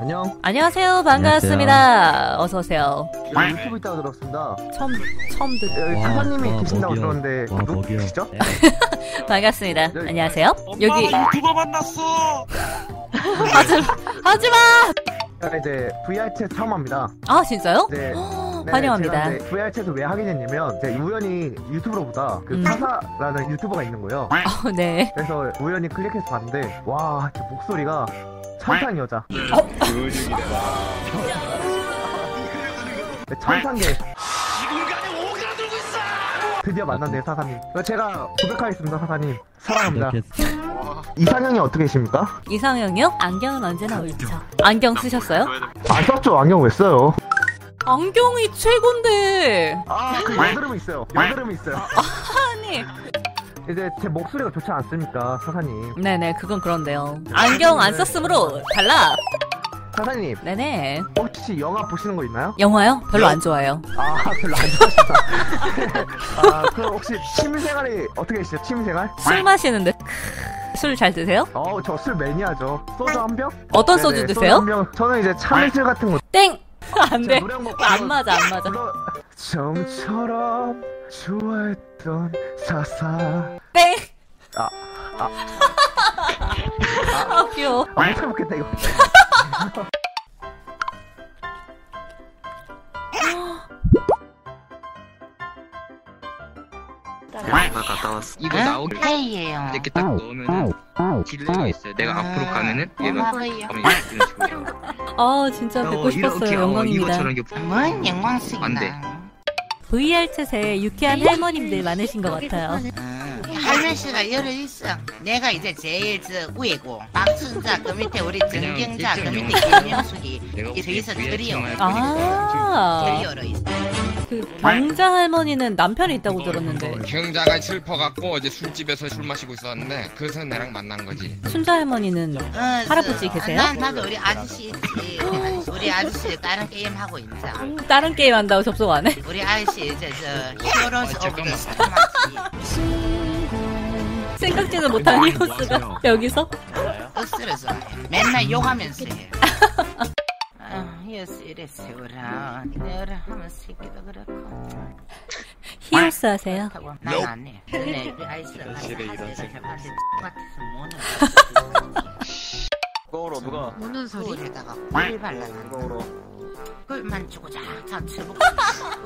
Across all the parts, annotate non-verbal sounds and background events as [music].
안녕. 안녕하세요. 반갑습니다. 어서 오세요. 여기 유튜브 있다고 들었습니다. 예, 처음 처음 듣. 여기 네. 와, 사장님이 와, 계신다고 거기요. 들었는데 와, 거기요. 누구시죠? 네, 반갑습니다. 여기- 안녕하세요. 엄마가 여기 유튜버 만났어. 하지 하지 마. 제가 이제 VR 채 처음 합니다. 아 진짜요? 네. 헉, 네, 어, 환영합니다. 제가 이제 VR 채에서 왜 하게 됐냐면 제가 우연히 유튜브로 보다 그 음. 타사라는 유튜버가 있는 거예요. 어, 네. 그래서 우연히 클릭해서 봤는데 와, 저 목소리가 천상 여자. 네, 천상계 지금까지 오그라들고 있어. 드디어 만났네요, 사사님. 제가 고백하겠습니다, 사사님. 사랑합니다. 이렇게 이상형이 어떻게 계십니까? 이상형이요? 안경은 언제나 옳죠. 안경 쓰셨어요? 안 썼죠? 아, 안경 왜 써요? 안경이 최곤데. 아, 그 여드름이 있어요. 여드름이 있어요. 아니. 이제 제 목소리가 좋지 않습니까, 사사님? 네네 그건 그런데요. 안경 안 썼으므로 달라. 사사님, 네네. 혹시 영화 보시는 거 있나요? 영화요? 별로 안 좋아해요. 아, 별로 안 좋아하시다. [laughs] 아, 그럼 혹시 취미생활이 어떻게 되시죠? 취미생활? 술 마시는데 술 잘 드세요? 어우, 저 술 매니아죠. 소주 한 병? 어떤 네네, 소주 한 드세요? 병. 저는 이제 참이슬 같은 거. 땡. [laughs] 안 돼. 노래 한곡 안 맞아 안 맞아. 불러... 정처럼 좋아했던 사사. 땡. 아, 아 귀여워. 아, 못 해먹겠다, 이거. 나 갔다 왔어. 이거 아? 나오게 하이예요. 이렇게 딱 아, 넣으면은 아. 딜레이가 있어요. 내가 앞으로 가면은 얘가 어머, 하이요. 가면 이런 식으로. 아 진짜 뵙고 싶었어요. 영광입니다. 이거처럼 이게 뭔 영광스럽다. 안 돼. VR 채세 유쾌한 할머님들 많으신 것 같아요. 할매 씨가 열을 있어. 내가 이제 제일 저 위고 박순자 그 밑에 우리 그냥 정경자 그 밑에 일점 영. 김영숙이 내가 이제 여기서 위에 드리오 정말 아, 드리오로 있어. 그 병자 할머니는 남편이 있다고 들었는데 경자가 슬퍼갖고 어제 술집에서 술 마시고 있었는데 그래서 나랑 만난 거지. 순자 할머니는 어, 할아버지 저- 계세요? 난 나도 우리 아저씨 있지. 우리 아저씨 다른 게임 하고 있자. 다른 게임 한다고 접속 안 해? [laughs] 우리 아저씨 이제 저 히어로즈 아, 오브 더 잠깐만. 스타마지. 생각지도 못한 히오스가 여기서 억수로 좋아해. 맨날 욕하면서 해. 아, 이어서 이래 세우라. 내라 하면 새끼도 그렇고. 히오스 하세요. 하고 난 안 해. 근데 우리 아이스가 같이 현실에 이런 하세요. 생각이 같이 같아서 못해. 거울어 누가 무는 소리에다가 네. 꿀 발라놨고 거울어 꿀만 주고 자자 쳐먹고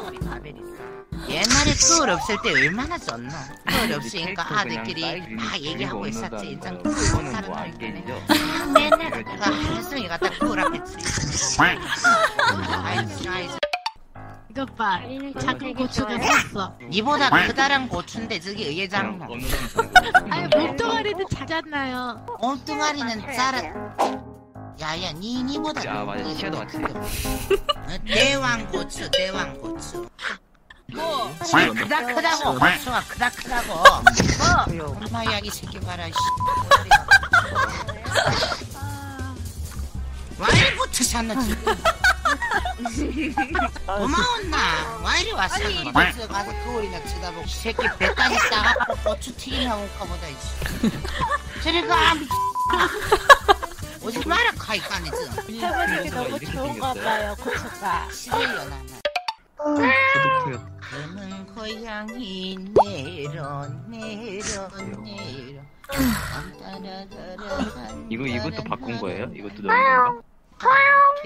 꿀이 가면 있어. 옛날에 꿀 없을 때 얼마나 좋노? 꿀 캐릭터 없으니까 그냥 아들끼리 딸 막 그리고 얘기하고 없는 있었지. 거 인상 아닌가요? 꿀못 그거는 사는 뭐 날 때문에. 알겠죠. 아, 맨날 내가 한숨이 갖다 꿀 앞에 치. 네. 아이스 아이스. 이것 봐. 작은 고추가 샀어. 니보다 네. 커다란 고추인데 저기 의외 작은 거. 아니, 몸뚱아리는 작았나요? 뭐. 몸뚱아리는 자라. 야야, 니 니보다. 야, 맞아. 더 시야도 맞지. 어, 대왕 고추, 대왕 고추. 뭐 크다 크다고 고추가 크다 크다고. 뭐 엄마 이야기 새끼 봐라. 씨. 와이리 붙으셨나 지금? 고마운 나 와이리 왔어 고추 가서 거울이나 쳐다보고 이 새끼 배까지 따갖고 고추 튀김하고 올까 보다 이씨 저리가 아, 미치 오지 마라 카이까네 좀 할머니께 너무 좋은가 봐요, 고추가. 싫어요 나는 구독해요. 검은 고양이 내려 내려 내려 이거 이것도 바꾼 거예요? 이것도 넣은 건가?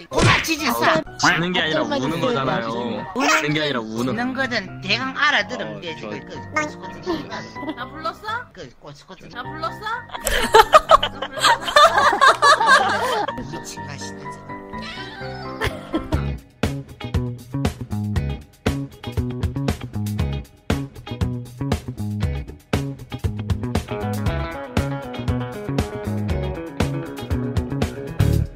고마 지질사 우는 게 아니라 우는 거잖아요 우는 게 아니라 우는 우는 그 거든 대강 알아들으면 어, 되지 좋아요. 그 꼬치꼬치 나 불렀어? [laughs] 그 꼬치꼬치 불렀어?